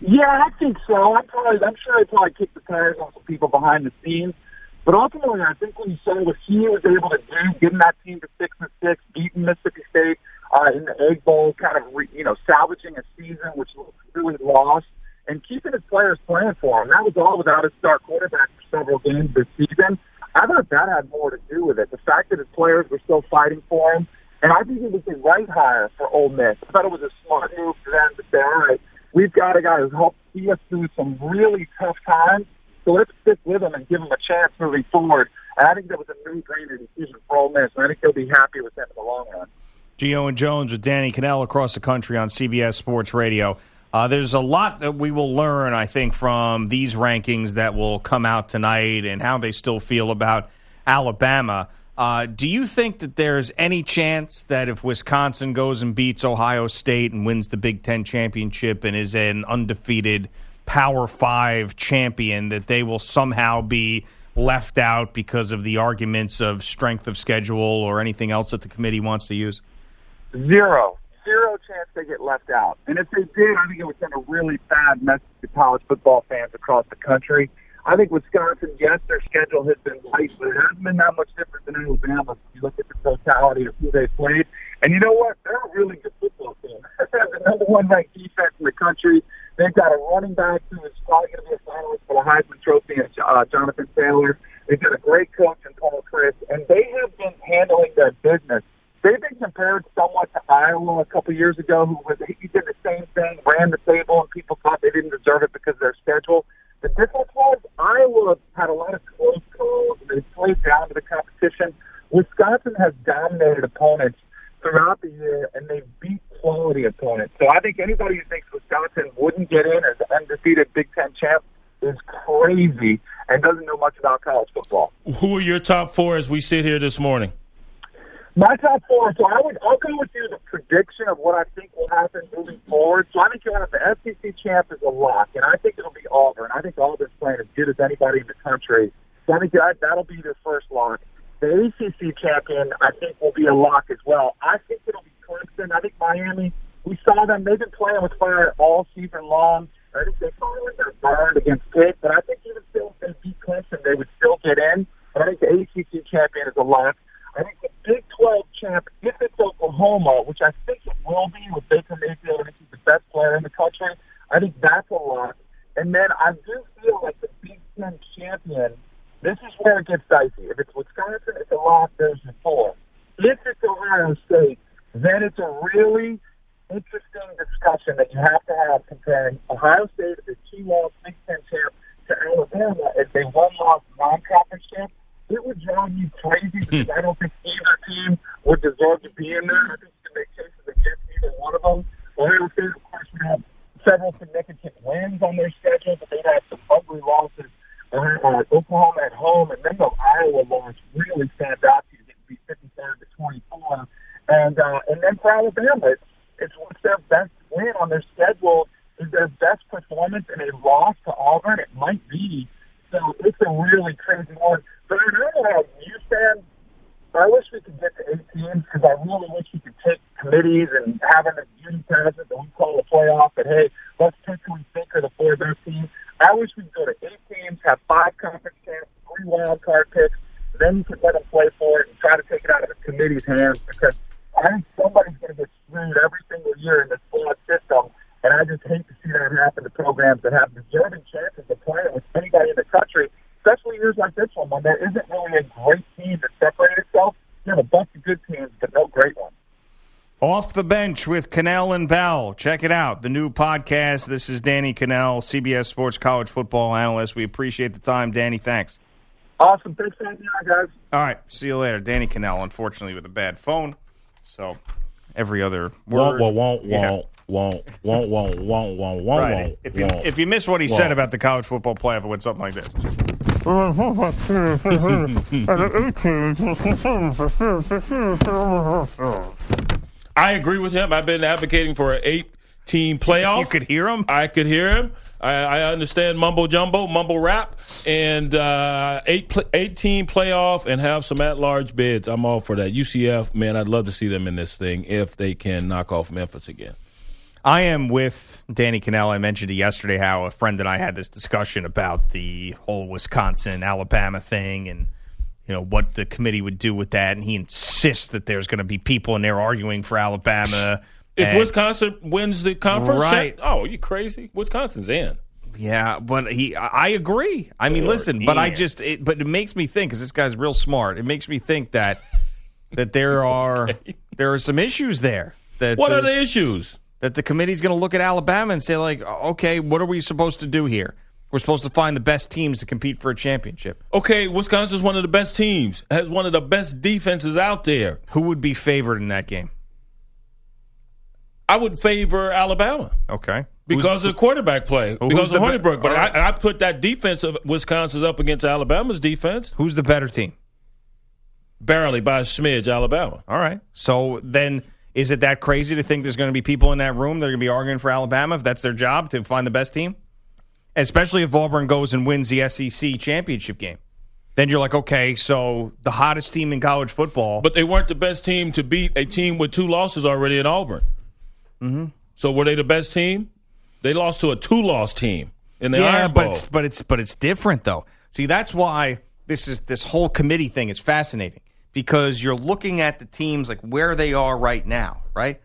S9: Yeah, I think so. I probably, I'm sure I probably kicked the tires on some people behind the scenes. But ultimately, I think when you saw what he was able to do, getting that team to six and six, beating Mississippi State uh, in the Egg Bowl, kind of re, you know salvaging a season which was really lost, and keeping his players playing for him. That was all without his star quarterback for several games this season. I thought that had more to do with it. The fact that his players were still fighting for him, and I think it was the right hire for Ole Miss. I thought it was a smart move for them to say, all right, we've got a guy who's helped see us through some really tough times. So let's stick with him and give him a chance moving forward. And I think that was a no-brainer decision for Ole Miss, and I think they'll be happy with that in the long run.
S4: Gio and Jones with Danny Cannell across the country on CBS Sports Radio. Uh, there's a lot that we will learn, I think, from these rankings that will come out tonight and how they still feel about Alabama. Uh, do you think that there's any chance that if Wisconsin goes and beats Ohio State and wins the Big Ten championship and is an undefeated Power Five champion, that they will somehow be left out because of the arguments of strength of schedule or anything else that the committee wants to use?
S9: Zero. Zero chance they get left out. And if they did, I think it would send a really bad message to college football fans across the country. I think Wisconsin, yes, their schedule has been light, but it hasn't been that much different than Alabama. If you look at the totality of who they played, and you know what? They're a really good football team. they have the number one ranked defense in the country. They've got a running back who is probably going to be a finalist for the Heisman Trophy, and uh, Jonathan Taylor. They've got a great coach in Paul Chris, and they have been handling their business. They've been compared somewhat to Iowa a couple years ago, who was he did the same thing, ran the table, and people thought they didn't deserve it because of their schedule. The difference was Iowa had a lot of close calls. They played down to the competition. Wisconsin has dominated opponents throughout the year, and they beat quality opponents. So I think anybody who thinks Wisconsin wouldn't get in as an undefeated Big Ten champ is crazy and doesn't know much about college football.
S3: Who are your top four as we sit here this morning?
S9: My top four. So I would I'll go with you the prediction of what I think will happen moving forward. So I think you'll have the SEC champ is a lock, and I think it'll be Auburn. I think Auburn's playing as good as anybody in the country. So I think that that'll be their first lock. The ACC champion, I think, will be a lock as well. I think it'll be Clemson. I think Miami. We saw them; they've been playing with fire all season long. I think they finally got burned against Pitt, but I think even still, if they beat Clemson, they would still get in. But I think the ACC champion is a lock. I think the Big 12 champ, if it's Oklahoma, which I think it will be with Baker Mayfield, I think he's the best player in the country. I think that's a lock. And then I do feel like the Big 10 champion, this is where it gets dicey. If it's Wisconsin, it's a lock. There's your four. If it's Ohio State, then it's a really interesting discussion that you have to have comparing Ohio State as a two-loss Big Ten champ to Alabama as a one-loss non-conference champ. It would drive you crazy because I don't think either team would deserve to be in there. I think you can make cases against either one of them. Ohio State, of course, would have several significant wins on their schedule, but they'd have some ugly losses. Uh, uh, Oklahoma at home, and then the Iowa loss really stands out to you. It'd be 55 to 24. And, uh, and then for Alabama, it's it's what's their best win on their schedule is their best performance in a loss to Auburn. It might be. So it's a really crazy one. But I don't know how you stand. I wish we could get to eight teams because I really wish we could take committees and having a beauty pageant that we call a playoff. But hey, let's pick who we think are the four best teams. I wish we'd go to eight teams, have five conference champs, three wild card picks, Then you could let him play for it and try to take it out of the committee's hands because I think somebody's going to get screwed every single year in this flawed system. And I just hate to see that happen to programs that have deserving chances of playing with anybody in the country, especially years like this one when there isn't really a great team that separated itself. You have a bunch of good teams, but no great ones.
S4: Off the Bench with Cannell and Bell. Check it out. The new podcast. This is Danny Cannell, CBS Sports College Football Analyst. We appreciate the time, Danny. Thanks.
S9: Awesome. Thanks for having me on, guys.
S4: All right. See you later. Danny Cannell, unfortunately, with a bad phone. So every other
S3: Won't,
S4: word.
S3: won't, won't,
S4: Yeah.
S3: won't, won't, won't, won't, won't, won't,
S4: Right.
S3: won't,
S4: if, you,
S3: won't.
S4: if you miss what he
S3: won't.
S4: said about the college football playoff, it went something like this.
S3: I agree with him. I've been advocating for an eight-team playoff. You could
S4: hear him.
S3: I could hear him. I, I understand mumbo jumbo, mumble rap, and uh, eight pl- eight-team playoff, and have some at-large bids. I'm all for that. UCF, man, I'd love to see them in this thing if they can knock off Memphis again.
S4: I am with Danny Cannell. I mentioned it yesterday how a friend and I had this discussion about the whole Wisconsin Alabama thing and you know what the committee would do with that. And he insists that there's going to be people in there arguing for Alabama.
S3: If
S4: and-
S3: Wisconsin wins the conference,
S4: Right.
S3: check- oh, you crazy? Wisconsin's in.
S4: Yeah, but he, I I agree. I mean,
S3: Lord,
S4: listen, but I
S3: Ian.
S4: just, it, but it makes me think because this guy's real smart. It makes me think that that there are there are some issues there. That
S3: What are
S4: the-
S3: the issues?
S4: That the committee's going to look at Alabama and say, like, okay, what are we supposed to do here? We're supposed to find the best teams to compete for a championship.
S3: Okay, Wisconsin's one of the best teams, has one of the best defenses out there.
S4: Who would be favored in that game?
S3: I would favor Alabama
S4: Okay,
S3: because of quarterback play,
S4: who's
S3: because of
S4: the be-
S3: Hornibrook. but
S4: all right.
S3: I, I put that defense of Wisconsin's up against Alabama's defense
S4: who's the better team?
S3: barely by a smidge. Alabama.
S4: All right, so then. Is it that crazy to think there's going to be people in that room that are going to be arguing for Alabama if that's their job to find the best team? especially if Auburn goes and wins the SEC championship game. Then you're like, okay, so the hottest team in college football.
S3: But they weren't the best team to beat a team with two losses already in Auburn.
S4: Mhm.
S3: So were they the best team? They lost to a two-loss team in the
S4: yeah,
S3: Iron
S4: but
S3: Bowl.
S4: it's, but it's but it's different though. See, that's why this is this whole committee thing is fascinating because you're looking at the teams like where they are right now, right?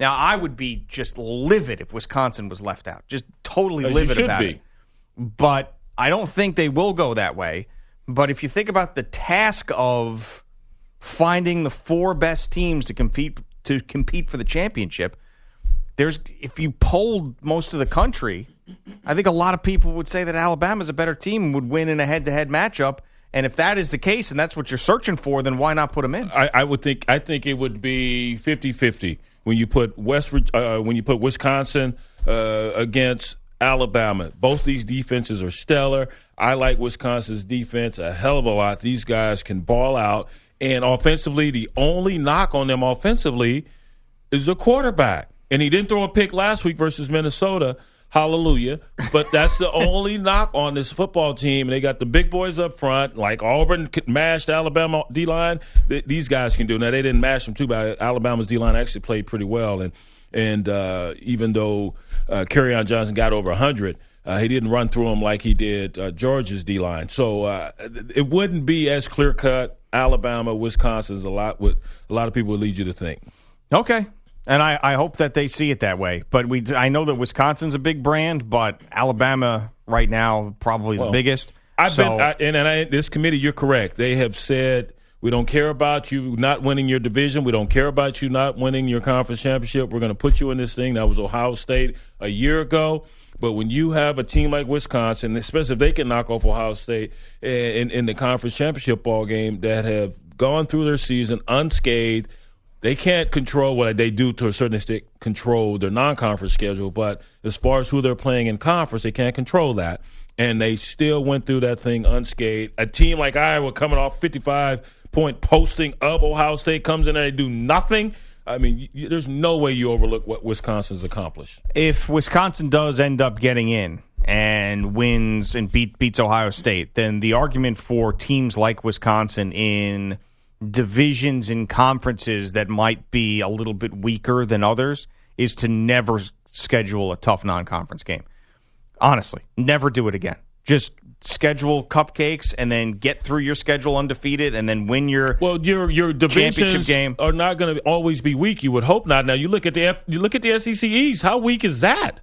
S4: Now, I would be just livid if Wisconsin was left out, just totally
S3: As you
S4: livid
S3: should
S4: about
S3: be.
S4: it. But I don't think they will go that way. But if you think about the task of finding the four best teams to compete to compete for the championship, there's if you polled most of the country, I think a lot of people would say that Alabama's a better team and would win in a head-to-head matchup. And if that is the case, and that's what you're searching for, then why not put them in?
S3: I, I would think I think it would be 50-50 when you put West Vir- uh, when you put Wisconsin uh, against Alabama. Both these defenses are stellar. I like Wisconsin's defense a hell of a lot. These guys can ball out and offensively the only knock on them offensively is the quarterback. And he didn't throw a pick last week versus Minnesota. Hallelujah. But that's the only knock on this football team. And they got the big boys up front, like Auburn could- mashed Alabama D line. Th- these guys can do it. Now, they didn't mash them too bad. Alabama's D line actually played pretty well. And, and uh, even though uh, on Johnson got over 100, uh, he didn't run through them like he did uh, Georgia's D line. So uh, th- it wouldn't be as clear cut. Alabama, Wisconsin's a lot. What a lot of people would lead you to think.
S4: Okay. And I, I hope that they see it that way. But we I know that Wisconsin's a big brand, but Alabama right now probably the
S3: Well,
S4: biggest.
S3: I've
S4: So-
S3: been, I, and, and I, this committee, you're correct. They have said we don't care about you not winning your division. We don't care about you not winning your conference championship. We're going to put you in this thing. That was Ohio State a year ago. But when you have a team like Wisconsin, especially if they can knock off Ohio State in, in, in the conference championship ball game, that have gone through their season unscathed. They can't control what they do to a certain extent, control their non conference schedule, but as far as who they're playing in conference, they can't control that. And they still went through that thing unscathed. A team like Iowa coming off 55 point posting of Ohio State comes in and they do nothing. I mean, y y- there's no way you overlook what Wisconsin's accomplished.
S4: if Wisconsin does end up getting in and wins and beat beats Ohio State, then the argument for teams like Wisconsin in divisions and conferences that might be a little bit weaker than others is to never s- schedule a tough non-conference game. Honestly, never do it again. Just schedule cupcakes and then get through your schedule undefeated and then win your
S3: well your your
S4: championship
S3: divisions
S4: game.
S3: are not going to always be weak. You would hope not. Now you look at the F, you look at the SEC East. How weak is that?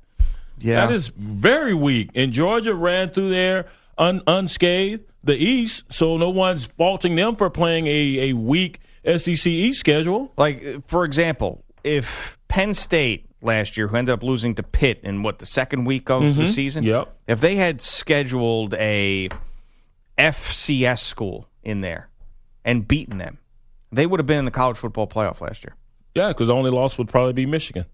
S4: Yeah.
S3: that is very weak. And Georgia ran through there un, unscathed the East, so no one's faulting them for playing a, a weak SEC East schedule.
S4: Like uh, for example, if Penn State last year, who ended up losing to Pitt in what the second week of the
S3: Mhm.
S4: season,
S3: Yep.
S4: if they had scheduled a FCS school in there and beaten them, they would have been in the college football playoff last year.
S3: Yeah, because the only loss would probably be Michigan.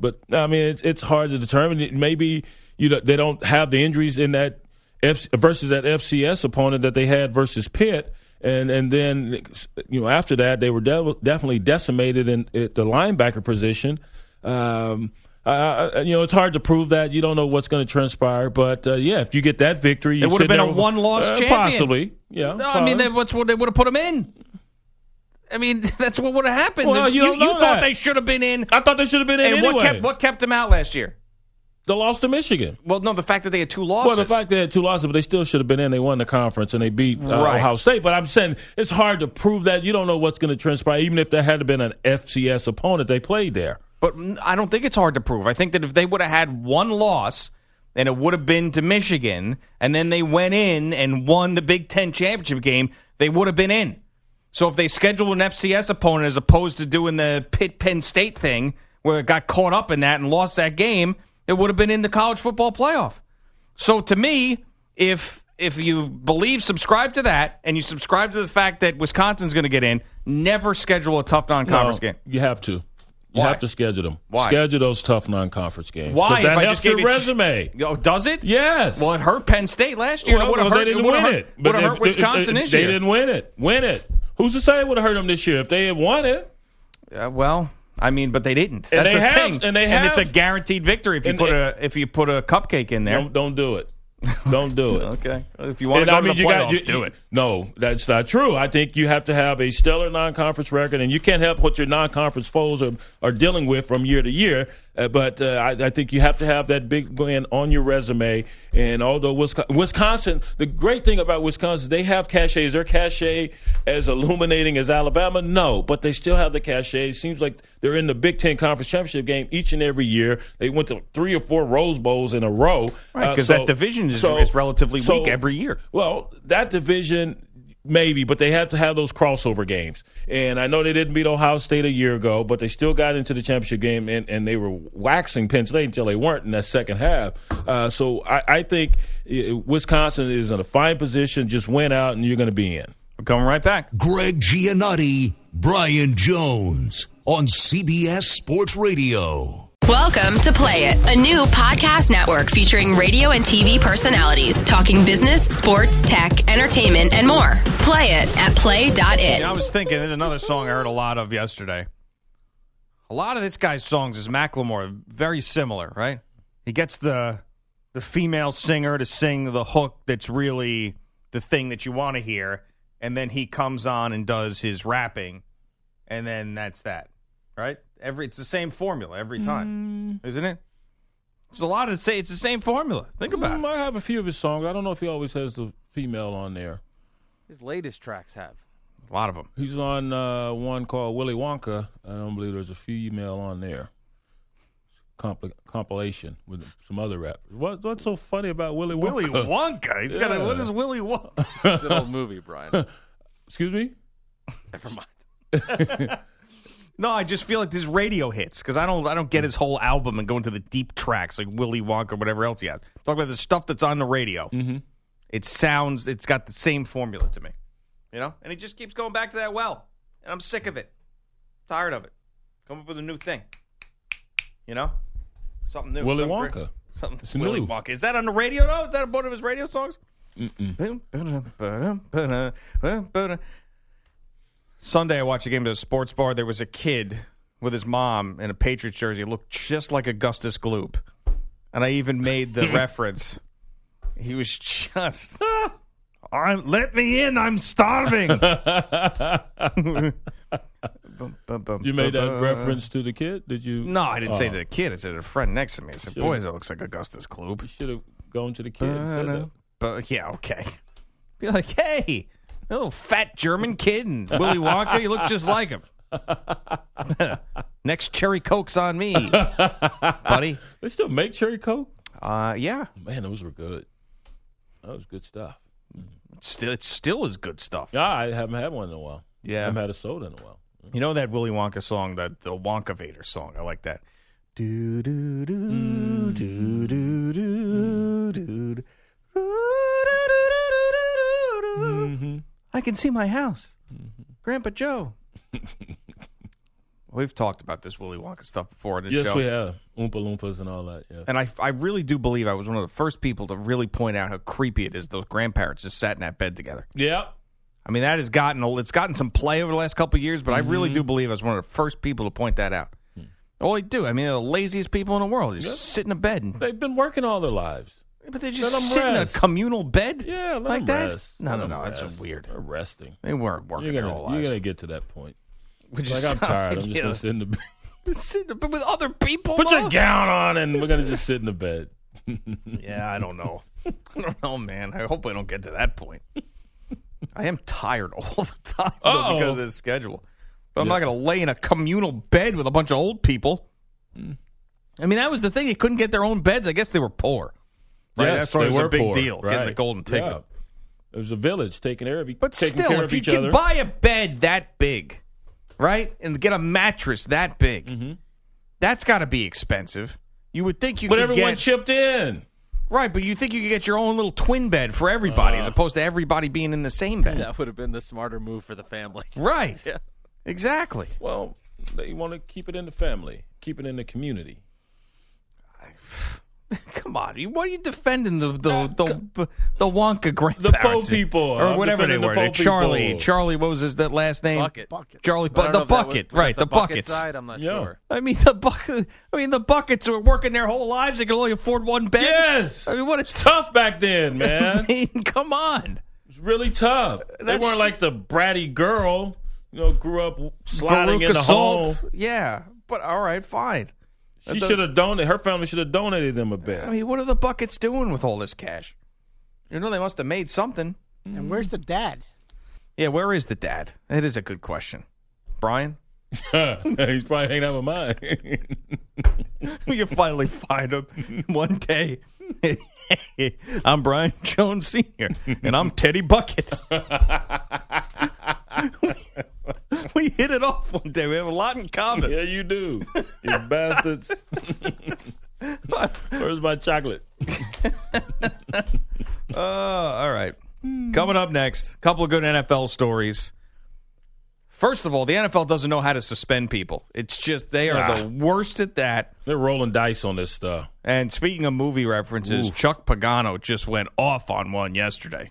S3: But I mean, it's it's hard to determine. It- Maybe you know, they don't have the injuries in that F, versus that FCS opponent that they had versus Pitt, and and then you know after that they were de- definitely decimated in at the linebacker position. Um, I, I, you know, it's hard to prove that. You don't know what's going to transpire, but uh, yeah, if you get that victory,
S4: It
S3: you
S4: would have
S3: sit
S4: been a
S3: there with-
S4: one-loss
S3: uh,
S4: champion.
S3: possibly. Yeah,
S2: No, I mean,
S3: probably.
S2: they, what's what they would have put him in. I mean, that's what would have happened.
S4: Well, you
S2: you,
S4: don't know
S2: thought
S4: that.
S2: they should have been in.
S3: I thought they should have been in
S4: and
S3: anyway.
S4: what kept what kept them out last year?
S3: they lost to Michigan.
S4: Well, no, the fact that they had two
S3: Well,
S4: losses.
S3: the fact they had two losses, but they still should have been in. They won the conference and they beat uh,
S4: Right.
S3: Ohio State. But I'm saying it's hard to prove that. You don't know what's going to transpire, even if there had been an FCS opponent they played there.
S4: But mm, I don't think it's hard to prove. I think that if they would have had one loss, then it would have been to Michigan, and then they went in and won the Big Ten championship game, they would have been in. So if they scheduled an FCS opponent as opposed to doing the Pitt Penn State thing, where it got caught up in that and lost that game, it would have been in the college football playoff. So to me, if if you believe subscribe to that and you subscribe to the fact that Wisconsin's going to get in, never schedule a tough non-conference
S3: No,
S4: game.
S3: You have to. You
S4: Why?
S3: have to schedule them.
S4: Why?
S3: Schedule those tough non-conference games.
S4: Why?
S3: 'Cause That
S4: if I
S3: helps
S4: just gave
S3: your
S4: it to-
S3: resume.
S4: Oh, does it?
S3: yes.
S4: Well, it hurt Penn State last year.
S3: Well,
S4: it would have
S3: because
S4: hurt.
S3: they didn't
S4: it would
S3: win
S4: have hurt,
S3: it.
S4: Would have
S3: if-
S4: hurt
S3: if- if-
S4: Wisconsin
S3: if
S4: this
S3: they
S4: year.
S3: didn't win it. Win it. Who's to say it would have hurt them this year if they had won it?
S4: Uh, well, I mean, but they didn't.
S3: And
S4: That's
S3: they
S4: the
S3: have-
S4: thing.
S3: and they
S4: it's a
S3: have-
S4: guaranteed victory if you
S3: And
S4: put
S3: it-
S4: a if you put a cupcake in there.
S3: Don't, don't do it. Don't do it.
S4: Okay. If you want
S3: And
S4: to go
S3: I mean,
S4: to the
S3: you
S4: playoffs,
S3: got you,
S4: do it.
S3: No, that's not true. I think you have to have a stellar non-conference record, and you can't help what your non-conference foes are, are dealing with from year to year. Uh, but uh, I, I think you have to have that big win on your resume. And although Wisconsin, Wisconsin, the great thing about Wisconsin, they have cachet. Is their cachet as illuminating as Alabama? No, but they still have the cachet. It seems like they're in the Big Ten Conference Championship game each and every year. They went to three or four Rose Bowls in a row.
S4: Right,
S3: Uh,
S4: 'cause that division is- is relatively weak every year.
S3: Well, that division maybe, but they had to have those crossover games. And I know they didn't beat Ohio State a year ago, but they still got into the championship game and, and they were waxing Penn State until they weren't in that second half. Uh, so I, I think eh, Wisconsin is in a fine position. Just win out and you're going to be in.
S4: We're coming right back.
S7: Greg Giannotti, Brian Jones on CBS Sports Radio.
S11: Welcome to Play It, a new podcast network featuring radio and TV personalities talking business, sports, tech, entertainment, and more. Play it at play.it.
S4: You know, I was thinking. There's another song I heard a lot of yesterday. A lot of this guy's songs is Macklemore, very similar, right? He gets the the female singer to sing the hook that's really the thing that you want to hear, and then he comes on and does his rapping, and then that's that, right? Every it's the same formula every time, isn't it? It's a lot of the same. It's the same formula. Think about
S3: Mm, I have a few of his songs. I don't know if he always has the female on there.
S5: His latest tracks have.
S4: it. A lot of them.
S3: He's on uh, one called Willy Wonka. I don't believe there's a female on there. Compli compilation with some other rappers. What, what's so funny about Willy Wonka?
S4: Willy Wonka. He's got a, what is Willy Wonka?
S5: It's an old movie, Brian.
S3: Excuse me?
S5: Never mind.
S4: No, I just feel like this radio hits because I don't I don't get his whole album and go into the deep tracks like Willy Wonka or whatever else he has. Talk about the stuff that's on the radio. Mm-hmm. It sounds it's got the same formula to me, you know. And it just keeps going back to that well, and I'm sick of it, tired of it. Come up with a new thing, you know, something new.
S3: Willy
S4: something
S3: Wonka.
S4: Something
S3: It's
S4: Willy
S3: new.
S4: Wonka. Is that on the radio though? Is that one of his radio songs? Mm-mm. Sunday, I watched a game at a sports bar. There was a kid with his mom in a Patriots jersey, looked just like Augustus Gloop, and I even made the reference. He was just, i let me in, I'm starving.
S3: You made
S4: Uh-huh.
S3: that reference to the kid? Did you?
S4: No, I didn't say
S3: Oh,
S4: to the kid. I said to the friend next to me. I said,
S3: Sure.
S4: "Boys, that looks like Augustus Gloop." Uh-huh.
S3: You should have gone to the kid and said that.
S4: But yeah, okay. Be like, hey, little fat German kid and Willy Wonka, you look just like him. Next cherry coke's on me, buddy.
S3: They still make cherry coke?
S4: Uh, yeah.
S3: Man, those were good. That was good stuff.
S4: Still, it still is good stuff.
S3: Yeah, I haven't had one in a while.
S4: Yeah.
S3: I haven't had a soda in a while.
S4: You know that Willy Wonka song, that the Wonka Vader song. I like that. Do do do Mm. do do do do do. I can see my house, Grandpa Joe. We've talked about this Willy Wonka stuff before on this
S3: yes,
S4: show.
S3: we have Oompa Loompas and all that. Yeah.
S4: And I, I really do believe I was one of the first people to really point out how creepy it is those grandparents just sat in that bed together.
S3: Yep.
S4: I mean, that has gotten old. It's gotten some play over the last couple of years, but I
S3: Mm-hmm.
S4: really do believe I was one of the first people to point that out.
S3: Hmm.
S4: All they do, I mean, they're the laziest people in the world. They Just sit in a bed. And,
S3: They've been working all their lives.
S4: but they
S3: let 'em
S4: just sit in a
S3: rest.
S4: communal bed?
S3: Yeah, let
S4: like
S3: them
S4: that?
S3: rest.
S4: No,
S3: Let
S4: no,
S3: them
S4: no. That's
S3: rest.
S4: weird.
S3: They're resting.
S4: They weren't working
S3: You're
S4: their
S3: gonna,
S4: whole
S3: you're
S4: lives.
S3: gonna get to that point.
S4: Which
S3: Like
S4: is-
S3: I'm tired. I'm just
S4: yeah.
S3: gonna sit in the bed.
S4: Just sit in a bed with other people.
S3: Put your
S4: though?
S3: gown on, and we're gonna just sit in the bed.
S4: Yeah, I don't know. I don't know, man. I hope I don't get to that point. I am tired all the time though,
S3: Uh-oh.
S4: because of this schedule. But I'm not going to lay in a communal bed with a bunch of old people.
S3: Hmm.
S4: I mean, that was the thing. They couldn't get their own beds. I guess they were poor. Right?
S3: Yes,
S4: That's why
S3: they
S4: it was a
S3: were
S4: big
S3: poor,
S4: deal getting the
S3: right.
S4: golden ticket.
S3: Yeah. It was a village taking care of, e-
S4: But
S3: taking
S4: still,
S3: care
S4: if
S3: of
S4: you
S3: each
S4: can
S3: other.
S4: buy a bed that big, right, and get a mattress that big,
S3: Mm-hmm.
S4: that's got to be expensive. You would think you
S3: but
S4: could
S3: everyone
S4: get-
S3: chipped in.
S4: Right, but you think you could get your own little twin bed for
S3: Uh.
S4: everybody as opposed to everybody being in the same bed.
S5: That would have been the smarter move for the family.
S4: Right.
S5: Yeah.
S4: Exactly.
S3: Well, they want to keep it in the family, keep it in the community.
S4: Come on. you- What are you defending the the the, the Wonka grandparents?
S3: The Poe people.
S4: Or
S3: I'm
S4: whatever they
S3: defending the
S4: were.
S3: Poe
S4: Charlie.
S3: people.
S4: Charlie, what was his that last name?
S5: Bucket. Bucket.
S4: Charlie
S5: But I
S4: but
S5: don't
S4: the
S5: know if that
S4: bucket.
S5: was- was
S4: right,
S5: that
S4: the,
S5: the bucket
S4: buckets.
S5: side? I'm not
S3: Yeah.
S5: sure.
S4: I mean the bucket I mean the buckets were working their whole lives. They could only afford one bed.
S3: Yes,
S4: I mean what a
S3: tough back then, man.
S4: I mean, come on.
S3: It's really tough. They
S4: That's-
S3: weren't like the bratty girl, you know, grew up sliding in
S4: Veruca
S3: the hole.
S4: Salt. Yeah. But all right, fine.
S3: She should have donated. Her family should have donated them a bed.
S4: I mean, what are the buckets doing with all this cash? You know, they must have made something.
S12: And where's the dad?
S4: Yeah, where is the dad? That is a good question. Brian?
S3: He's probably hanging out with mine.
S4: you finally find him one day. I'm Brian Jones Sr., and I'm Teddy Bucket. we hit it off one day. We have a lot in common.
S3: yeah, you do, you bastards. Where's my chocolate?
S4: Uh, all right. Coming up next, couple of good NFL stories. First of all, the NFL doesn't know how to suspend people. It's just they are the worst at that.
S3: They're rolling dice on this stuff.
S4: And speaking of movie references, Chuck Pagano just went off on one yesterday.